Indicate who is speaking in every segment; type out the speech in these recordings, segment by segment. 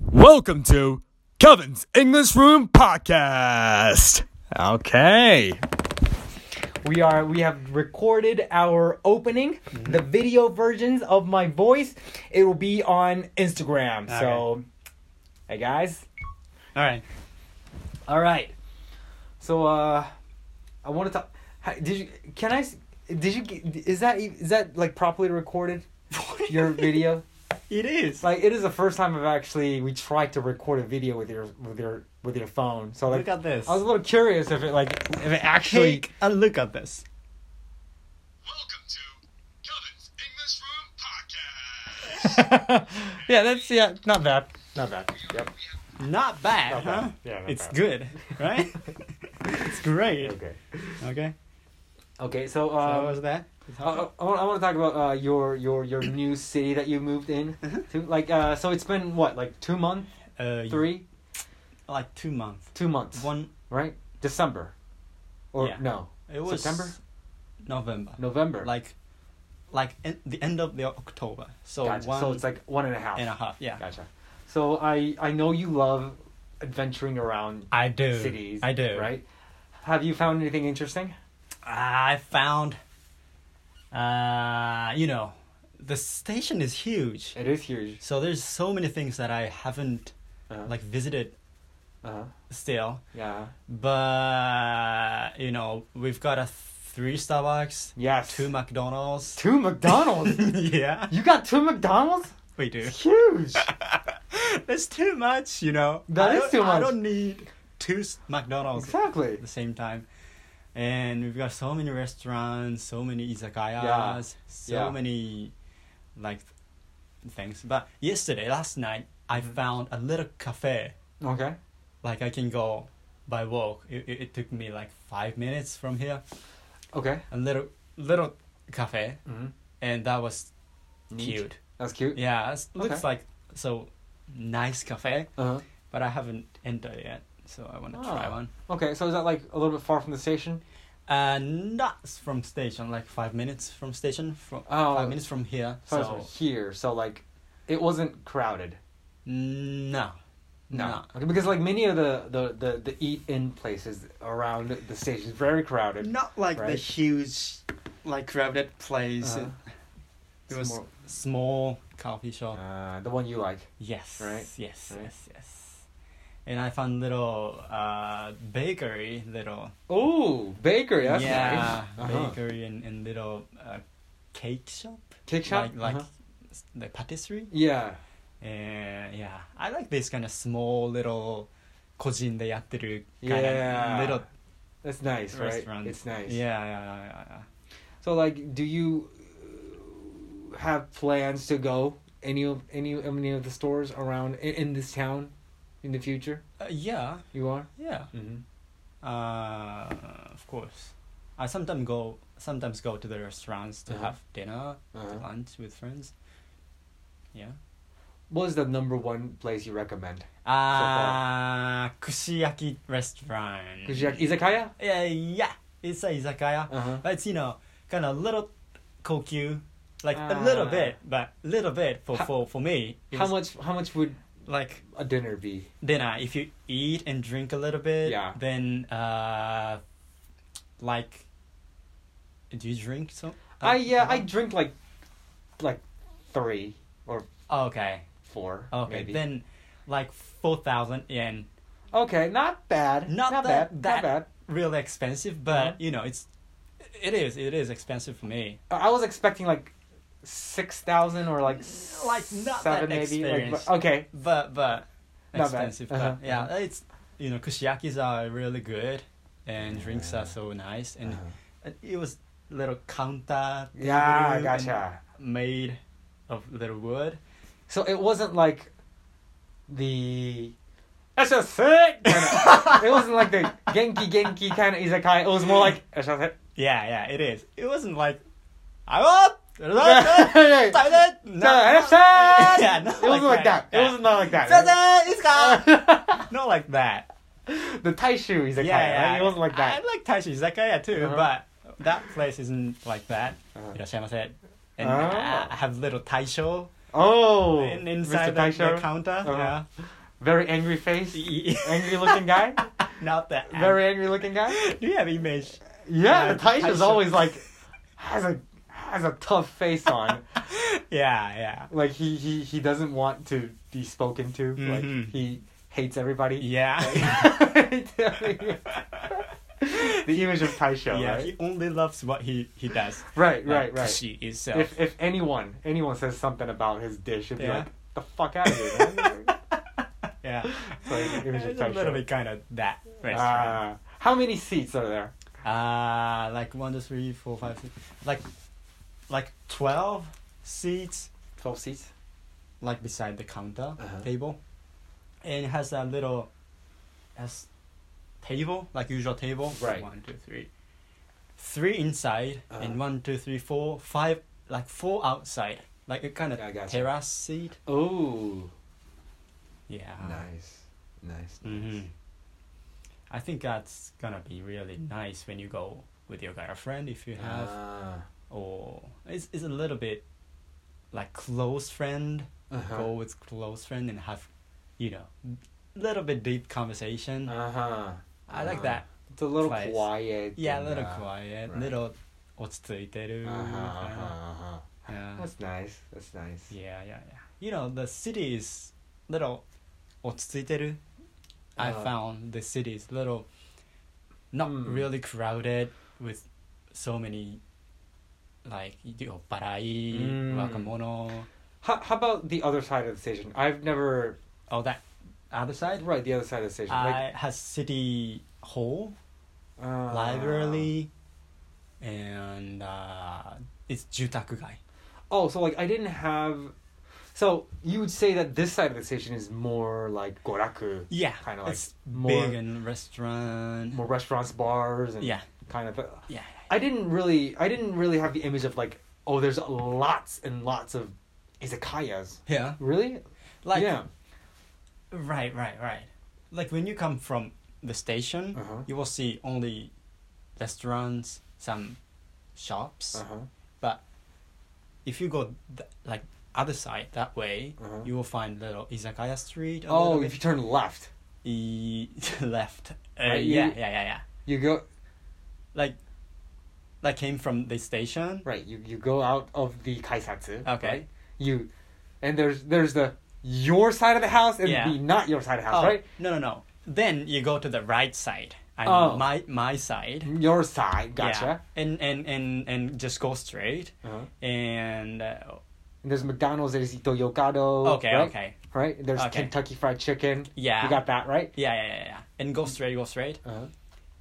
Speaker 1: Welcome to Kevin's English Room Podcast. Okay.
Speaker 2: We are we have recorded our opening, the video versions of my voice. It will be on Instagram. so hey guys.
Speaker 3: All right.
Speaker 2: All right. So uh I want to talk hi- did you can I s- did you g- is that e- is that like properly recorded your video?
Speaker 3: It is.
Speaker 2: Like it is the first time I've actually we tried to record a video with your with your with your phone. So like
Speaker 3: look at this.
Speaker 2: I was a little curious if it like if it actually
Speaker 3: Take a look at this.
Speaker 4: Welcome to Kevin's English Room Podcast.
Speaker 2: yeah, that's yeah, not bad. Not bad. Yep.
Speaker 3: Not bad,
Speaker 2: Not
Speaker 3: huh?
Speaker 2: bad. Yeah, not
Speaker 3: it's
Speaker 2: bad.
Speaker 3: good, right? it's great.
Speaker 2: Okay.
Speaker 3: Okay.
Speaker 2: Okay. So, oh,
Speaker 3: So
Speaker 2: uh,
Speaker 3: what was that?
Speaker 2: I, I, want to talk about uh, your your your new city that you moved in. To. Like, uh, so it's been what, like two months,
Speaker 3: Uh, you-
Speaker 2: three,
Speaker 3: Like two months.
Speaker 2: two months,
Speaker 3: One.
Speaker 2: right? December, or
Speaker 3: Yeah.
Speaker 2: no,
Speaker 3: It was
Speaker 2: September?
Speaker 3: November.
Speaker 2: November.
Speaker 3: Like, like en- the end of the October. So
Speaker 2: gotcha.
Speaker 3: one
Speaker 2: so it's like one and a half.
Speaker 3: and a half. Yeah.
Speaker 2: Gotcha. So I I know you love adventuring around
Speaker 3: I do.
Speaker 2: cities.
Speaker 3: I do.
Speaker 2: Right. Have you found anything interesting?
Speaker 3: I found. Uh, you know, the station is huge.
Speaker 2: It is huge.
Speaker 3: So there's so many things that I haven't
Speaker 2: Uh-huh.
Speaker 3: like visited
Speaker 2: uh
Speaker 3: still.
Speaker 2: yeah.
Speaker 3: But you know, we've got a three Starbucks,
Speaker 2: Yes.
Speaker 3: two McDonald's.
Speaker 2: Two McDonald's.
Speaker 3: yeah,
Speaker 2: you got two McDonald's?
Speaker 3: we do.
Speaker 2: It's huge.
Speaker 3: That's too much, you know.
Speaker 2: That
Speaker 3: I
Speaker 2: is
Speaker 3: don't-
Speaker 2: too
Speaker 3: I
Speaker 2: much.
Speaker 3: don't need two s- McDonald's
Speaker 2: exactly.
Speaker 3: at the same time. And we've got so many restaurants, so many izakayas, so
Speaker 2: Yeah.
Speaker 3: many like things. But yesterday, last night, I
Speaker 2: Mm-hmm.
Speaker 3: found a little cafe.
Speaker 2: Okay.
Speaker 3: Like I can go by walk. It, it, it took me like five minutes from here.
Speaker 2: Okay.
Speaker 3: a little little cafe
Speaker 2: Mhm.
Speaker 3: and that was
Speaker 2: Neat.
Speaker 3: cute
Speaker 2: That's cute.
Speaker 3: yeah it looks
Speaker 2: Okay.
Speaker 3: like so nice cafe
Speaker 2: Uh-huh.
Speaker 3: but i haven't entered yet so i want to try
Speaker 2: Oh.
Speaker 3: one
Speaker 2: Okay, so is that like a little bit far from the station?
Speaker 3: uh not from station like five minutes from station from
Speaker 2: Oh.
Speaker 3: five minutes from here
Speaker 2: So,
Speaker 3: so
Speaker 2: it's here, so like it wasn't crowded.
Speaker 3: no no
Speaker 2: Okay, because like many of the the the, the eat in places around the station is very crowded.
Speaker 3: not like the
Speaker 2: Right.
Speaker 3: huge like crowded place
Speaker 2: Uh-huh.
Speaker 3: it was
Speaker 2: Small-
Speaker 3: small coffee shop
Speaker 2: Uh, the one you like.
Speaker 3: Yes.
Speaker 2: Right?
Speaker 3: Yes.
Speaker 2: Right?
Speaker 3: Yes. Yes. And I found little uh, bakery, little
Speaker 2: Oh, bakery. That's
Speaker 3: yeah,
Speaker 2: nice. Uh-huh.
Speaker 3: bakery and, and little uh, cake shop,
Speaker 2: Cake shop.
Speaker 3: like like
Speaker 2: Uh-huh.
Speaker 3: s- the patisserie.
Speaker 2: Yeah.
Speaker 3: And yeah, I like this kind of small little kojin they kind
Speaker 2: Yeah.
Speaker 3: of little
Speaker 2: That's nice, right?
Speaker 3: restaurant.
Speaker 2: It's nice.
Speaker 3: Yeah, yeah, yeah, yeah, yeah.
Speaker 2: So like, do you uh, have plans to go any of any of any of the stores around in, in this town in the future?
Speaker 3: Uh, yeah,
Speaker 2: You are.
Speaker 3: yeah.
Speaker 2: Mm-hmm.
Speaker 3: Uh, of course. I sometimes go sometimes go to the restaurants to
Speaker 2: Uh-huh.
Speaker 3: have dinner,
Speaker 2: Uh-huh.
Speaker 3: to lunch with friends. Yeah.
Speaker 2: What is the number one place you recommend?
Speaker 3: Uh, kushiyaki restaurant.
Speaker 2: Cause you izakaya.
Speaker 3: Yeah, yeah. It's a izakaya.
Speaker 2: Uh huh.
Speaker 3: But it's, you know, kind of little kokyu. Like a little
Speaker 2: Ah.
Speaker 3: bit, but little bit for,
Speaker 2: How-
Speaker 3: for, for me. it
Speaker 2: How
Speaker 3: was
Speaker 2: much? How much would
Speaker 3: Like
Speaker 2: a dinner be?
Speaker 3: dinner, if you eat and drink a little bit,
Speaker 2: Yeah.
Speaker 3: then, uh, like, do you drink some? Uh-huh.
Speaker 2: I yeah, I drink like, like, three or
Speaker 3: I. Oh, Okay.
Speaker 2: four.
Speaker 3: Okay,
Speaker 2: maybe.
Speaker 3: then like 4,000 yen.
Speaker 2: Okay, not bad.
Speaker 3: Not, that,
Speaker 2: bad.
Speaker 3: that
Speaker 2: Not bad.
Speaker 3: really expensive, but
Speaker 2: Mhm.
Speaker 3: you know, it's it is it is expensive for me.
Speaker 2: I was expecting like six thousand or like
Speaker 3: Like, not that
Speaker 2: seven maybe. Like,
Speaker 3: experienced.
Speaker 2: but- okay,
Speaker 3: But but
Speaker 2: Not bad.
Speaker 3: expensive,
Speaker 2: Uh-huh,
Speaker 3: but yeah,
Speaker 2: uh-huh.
Speaker 3: it's you know, kushiyakis are really good and drinks are so nice and and it was little counter thing
Speaker 2: Uh-huh. Yeah,
Speaker 3: room
Speaker 2: gotcha.
Speaker 3: and made of little wood.
Speaker 2: So it wasn't like the. That's a sick. Kinda, it wasn't like the genki genki kind of izakaya. It was more like. "That's a sick."
Speaker 3: Yeah, yeah, it is. It wasn't like I up
Speaker 2: Yeah. "That's a sick!"
Speaker 3: yeah,
Speaker 2: it wasn't like that. It wasn't not like
Speaker 3: It
Speaker 2: that.
Speaker 3: was not like that.
Speaker 2: the Taishu izakaya.
Speaker 3: yeah, yeah,
Speaker 2: right? It wasn't like that.
Speaker 3: I like Taishi Izakaya too,
Speaker 2: Uh-huh.
Speaker 3: but that place isn't like that.
Speaker 2: Uh-huh.
Speaker 3: Irashaimase. And
Speaker 2: Oh.
Speaker 3: I have little taisho
Speaker 2: Oh,
Speaker 3: in, inside the,
Speaker 2: Mr.
Speaker 3: the
Speaker 2: Taisho.
Speaker 3: counter.
Speaker 2: Uh-huh.
Speaker 3: Yeah.
Speaker 2: Very angry face. angry looking guy.
Speaker 3: Not that.
Speaker 2: Very angry looking guy.
Speaker 3: Do you have image?
Speaker 2: Yeah,
Speaker 3: Yeah,
Speaker 2: Taisha's
Speaker 3: Taisha.
Speaker 2: always like has a has a tough face on.
Speaker 3: yeah, yeah.
Speaker 2: like he he he doesn't want to be spoken to. Like
Speaker 3: Mhm.
Speaker 2: he hates everybody.
Speaker 3: Yeah.
Speaker 2: the image of Taisha,
Speaker 3: yeah,
Speaker 2: right?
Speaker 3: he only loves what he, he does.
Speaker 2: right? Right, right,
Speaker 3: She itself.
Speaker 2: If if anyone anyone says something about his dish, it'd be
Speaker 3: Yeah.
Speaker 2: like the fuck out of here, man.
Speaker 3: yeah.
Speaker 2: So it- it was
Speaker 3: It's
Speaker 2: a
Speaker 3: a
Speaker 2: type
Speaker 3: little
Speaker 2: show.
Speaker 3: bit kind of that restaurant.
Speaker 2: Ah, how many seats are there?
Speaker 3: Uh, like one, two, three, four, five, six, like, like twelve seats,
Speaker 2: Twelve seats.
Speaker 3: like beside the counter
Speaker 2: Uh-huh.
Speaker 3: table, and it has a little, as, table like usual table.
Speaker 2: Right.
Speaker 3: One, two, three. Three inside
Speaker 2: Uh-huh.
Speaker 3: and one, two, three, four, five, like four outside, like a kind of
Speaker 2: Yeah, I gotcha.
Speaker 3: terrace seat.
Speaker 2: Oh,
Speaker 3: Yeah.
Speaker 2: nice, nice.
Speaker 3: hmm I think that's gonna be really nice when you go with your girlfriend if you have,
Speaker 2: Ah,
Speaker 3: or it's it's a little bit like close friend.
Speaker 2: Uh-huh.
Speaker 3: Go with close friend and have, you know, little bit deep conversation.
Speaker 2: Uh huh.
Speaker 3: I like that.
Speaker 2: It's a little
Speaker 3: Place.
Speaker 2: quiet.
Speaker 3: Yeah, a
Speaker 2: and,
Speaker 3: little
Speaker 2: uh,
Speaker 3: quiet,
Speaker 2: right.
Speaker 3: little 落ち着いてる
Speaker 2: Uh-huh,
Speaker 3: uh,
Speaker 2: uh-huh, uh-huh.
Speaker 3: Yeah.
Speaker 2: That's nice. That's nice.
Speaker 3: Yeah, yeah, yeah. You know, the city is little 落ち着いてる I
Speaker 2: Uh,
Speaker 3: found the city is little not
Speaker 2: Hmm.
Speaker 3: really crowded with so many like your barai,
Speaker 2: Mm.
Speaker 3: wakamono,
Speaker 2: How, how about the other side of the station? I've never
Speaker 3: all Oh, that other side.
Speaker 2: right the other side of the station.
Speaker 3: I has city hall,
Speaker 2: uh,
Speaker 3: library, and uh, it's 住宅街.
Speaker 2: Oh, so like I didn't have. So you would say that this side of the station is more like goraku,
Speaker 3: Yeah,
Speaker 2: Kinda like
Speaker 3: it's
Speaker 2: more-
Speaker 3: big and restaurant.
Speaker 2: more restaurants, bars, and
Speaker 3: Yeah.
Speaker 2: kind of. uh,
Speaker 3: Yeah,
Speaker 2: I didn't really, I didn't really have the image of like, oh, there's lots and lots of izakayas.
Speaker 3: yeah,
Speaker 2: Really?
Speaker 3: like
Speaker 2: yeah.
Speaker 3: Right, right, right. Like when you come from the station,
Speaker 2: Uh-huh.
Speaker 3: you will see only restaurants, some shops.
Speaker 2: Uh huh.
Speaker 3: But if you go th- like other side that way,
Speaker 2: Uh-huh.
Speaker 3: you will find little izakaya street. a
Speaker 2: Oh,
Speaker 3: little
Speaker 2: if you turn left,
Speaker 3: bit e- left. Uh,
Speaker 2: Right, you-
Speaker 3: yeah, yeah, yeah, yeah.
Speaker 2: you go
Speaker 3: Like, like came from the station.
Speaker 2: right. You you go out of the kaisatsu.
Speaker 3: Okay.
Speaker 2: right? You, and there's there's the your side of the house and
Speaker 3: Yeah.
Speaker 2: the not your side of the house,
Speaker 3: oh,
Speaker 2: right?
Speaker 3: No, no, no. Then you go to the right side. I
Speaker 2: Oh.
Speaker 3: mean, my my side.
Speaker 2: Your side. Gotcha.
Speaker 3: Yeah. And and and and just go straight.
Speaker 2: Uh-huh.
Speaker 3: And uh,
Speaker 2: And there's McDonald's. There's Ito Yokado.
Speaker 3: okay,
Speaker 2: right?
Speaker 3: okay.
Speaker 2: Right. There's
Speaker 3: Okay.
Speaker 2: Kentucky Fried Chicken.
Speaker 3: Yeah.
Speaker 2: You got that right.
Speaker 3: Yeah, yeah, yeah, yeah. And go straight, go straight.
Speaker 2: Uh-huh.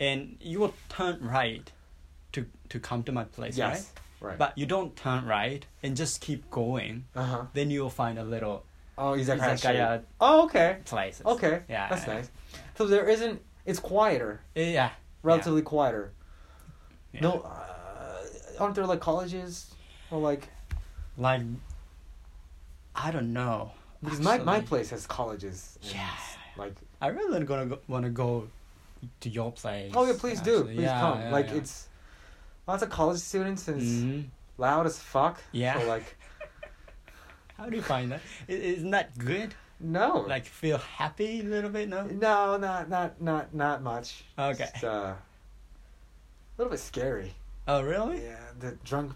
Speaker 3: And you will turn right to to come to my place,
Speaker 2: Yes. Right.
Speaker 3: right? But you don't turn right and just keep going.
Speaker 2: uh huh.
Speaker 3: Then you will find a little
Speaker 2: Oh, izakaya.
Speaker 3: Izakaya.
Speaker 2: street. Oh, okay.
Speaker 3: places.
Speaker 2: Okay.
Speaker 3: Yeah.
Speaker 2: That's
Speaker 3: yeah,
Speaker 2: nice. So there isn't. It's quieter.
Speaker 3: Yeah. Yeah.
Speaker 2: Relatively quieter.
Speaker 3: yeah.
Speaker 2: No. Uh, aren't there like colleges or like?
Speaker 3: Like I don't know.
Speaker 2: Because my, my
Speaker 3: actually.
Speaker 2: place has colleges. and,
Speaker 3: Yeah.
Speaker 2: Like
Speaker 3: I really gonna go, wanna go to your place.
Speaker 2: oh yeah, please do,
Speaker 3: actually.
Speaker 2: please
Speaker 3: Yeah,
Speaker 2: come.
Speaker 3: yeah,
Speaker 2: like
Speaker 3: yeah.
Speaker 2: it's lots of college students and it's
Speaker 3: Mhm.
Speaker 2: loud as fuck.
Speaker 3: Yeah.
Speaker 2: So like
Speaker 3: How do you find that? I- Isn't that good?
Speaker 2: no.
Speaker 3: Like feel happy a little bit, no?
Speaker 2: no, not not not not much.
Speaker 3: Okay.
Speaker 2: Just, uh, a little bit scary.
Speaker 3: Oh really?
Speaker 2: Yeah, the drunk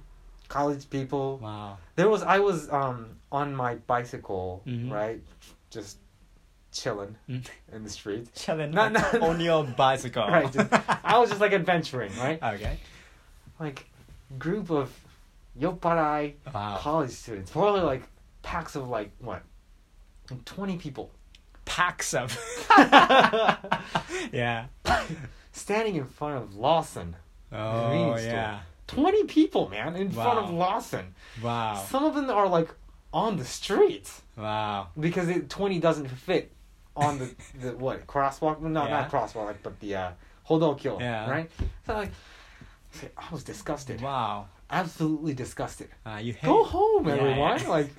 Speaker 2: college people.
Speaker 3: Wow.
Speaker 2: There was I was um on my bicycle
Speaker 3: Mhm.
Speaker 2: right, just chilling
Speaker 3: Mm. Oh.
Speaker 2: in the street.
Speaker 3: Chilling
Speaker 2: No,
Speaker 3: like,
Speaker 2: no, no.
Speaker 3: on your bicycle.
Speaker 2: Right, just- I was just like adventuring, right?
Speaker 3: okay.
Speaker 2: Like group of yoparai
Speaker 3: Wow.
Speaker 2: college students, probably like packs of like what, like twenty people,
Speaker 3: Packs of. yeah.
Speaker 2: standing in front of Lawson.
Speaker 3: Oh
Speaker 2: Convenience store.
Speaker 3: yeah.
Speaker 2: Twenty people, man, in front of
Speaker 3: Wow.
Speaker 2: Lawson.
Speaker 3: Wow.
Speaker 2: Some of them are like on the street
Speaker 3: Wow.
Speaker 2: because it, twenty doesn't fit on the, the what crosswalk? No,
Speaker 3: Yeah.
Speaker 2: not crosswalk, like but the uh, hodokyo,
Speaker 3: Yeah.
Speaker 2: right? So like, I said- I was disgusted,
Speaker 3: Wow.
Speaker 2: absolutely disgusted.
Speaker 3: Uh, you hate.
Speaker 2: Go home,
Speaker 3: Yeah,
Speaker 2: everyone!
Speaker 3: yeah.
Speaker 2: Like,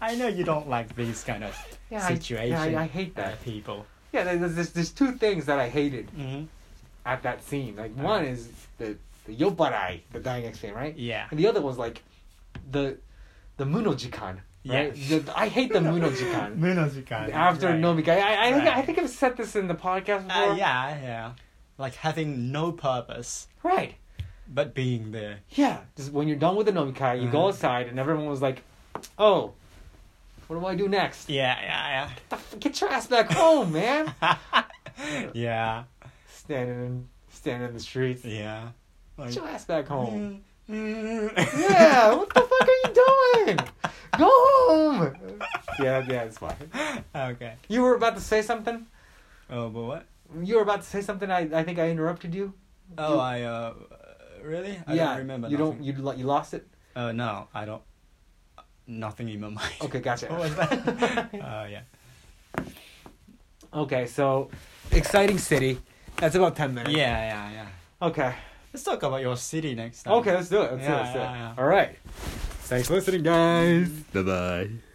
Speaker 3: I know you don't like these kind of
Speaker 2: Yeah, I-
Speaker 3: situation.
Speaker 2: yeah, I- I hate
Speaker 3: uh,
Speaker 2: that.
Speaker 3: people.
Speaker 2: yeah, there's, there's there's two things that I hated.
Speaker 3: hmm
Speaker 2: at that scene. Like one is the the yobarai, the dying X fan, right?
Speaker 3: Yeah.
Speaker 2: And the other was like the the Munojikan, Right?
Speaker 3: Yeah.
Speaker 2: The- I hate the Munojikan.
Speaker 3: 無の時間
Speaker 2: After
Speaker 3: right.
Speaker 2: Nomikai, I, I think
Speaker 3: Right.
Speaker 2: I think I've said this in the podcast before.
Speaker 3: Uh, yeah, yeah. Like having no purpose
Speaker 2: Right.
Speaker 3: but being there.
Speaker 2: Yeah. Just when you're done with the Nomikai, you go
Speaker 3: Uh-huh.
Speaker 2: outside, and everyone was like, "Oh, what do I do next?
Speaker 3: Yeah, yeah,
Speaker 2: The f- Get your ass back home, man!"
Speaker 3: yeah. yeah,
Speaker 2: standing in, standing in the streets.
Speaker 3: yeah. Like, oh.
Speaker 2: Get your ass back home. Mm. Yeah,
Speaker 3: yeah.
Speaker 2: what the fuck are you doing? Go home. Yeah, yeah, it's fine.
Speaker 3: okay.
Speaker 2: You were about to say something.
Speaker 3: Oh, but what?
Speaker 2: You were about to say something. I, I think I interrupted you.
Speaker 3: Oh,
Speaker 2: You-
Speaker 3: I uh, really? I
Speaker 2: yeah,
Speaker 3: don't remember.
Speaker 2: You
Speaker 3: nothing.
Speaker 2: don't. You lo- you lost it.
Speaker 3: Oh no, I don't. uh, Nothing in my mind.
Speaker 2: Okay, gotcha.
Speaker 3: what was that? Oh yeah.
Speaker 2: Okay, so exciting city. That's about ten
Speaker 3: Yeah,
Speaker 2: minutes.
Speaker 3: yeah, yeah.
Speaker 2: Okay.
Speaker 3: Let's talk about your city next time.
Speaker 2: Okay, let's do it. Let's do it.
Speaker 3: Yeah,
Speaker 2: Let's do it.
Speaker 3: yeah, yeah.
Speaker 2: All right. Thanks for listening, guys. Bye bye.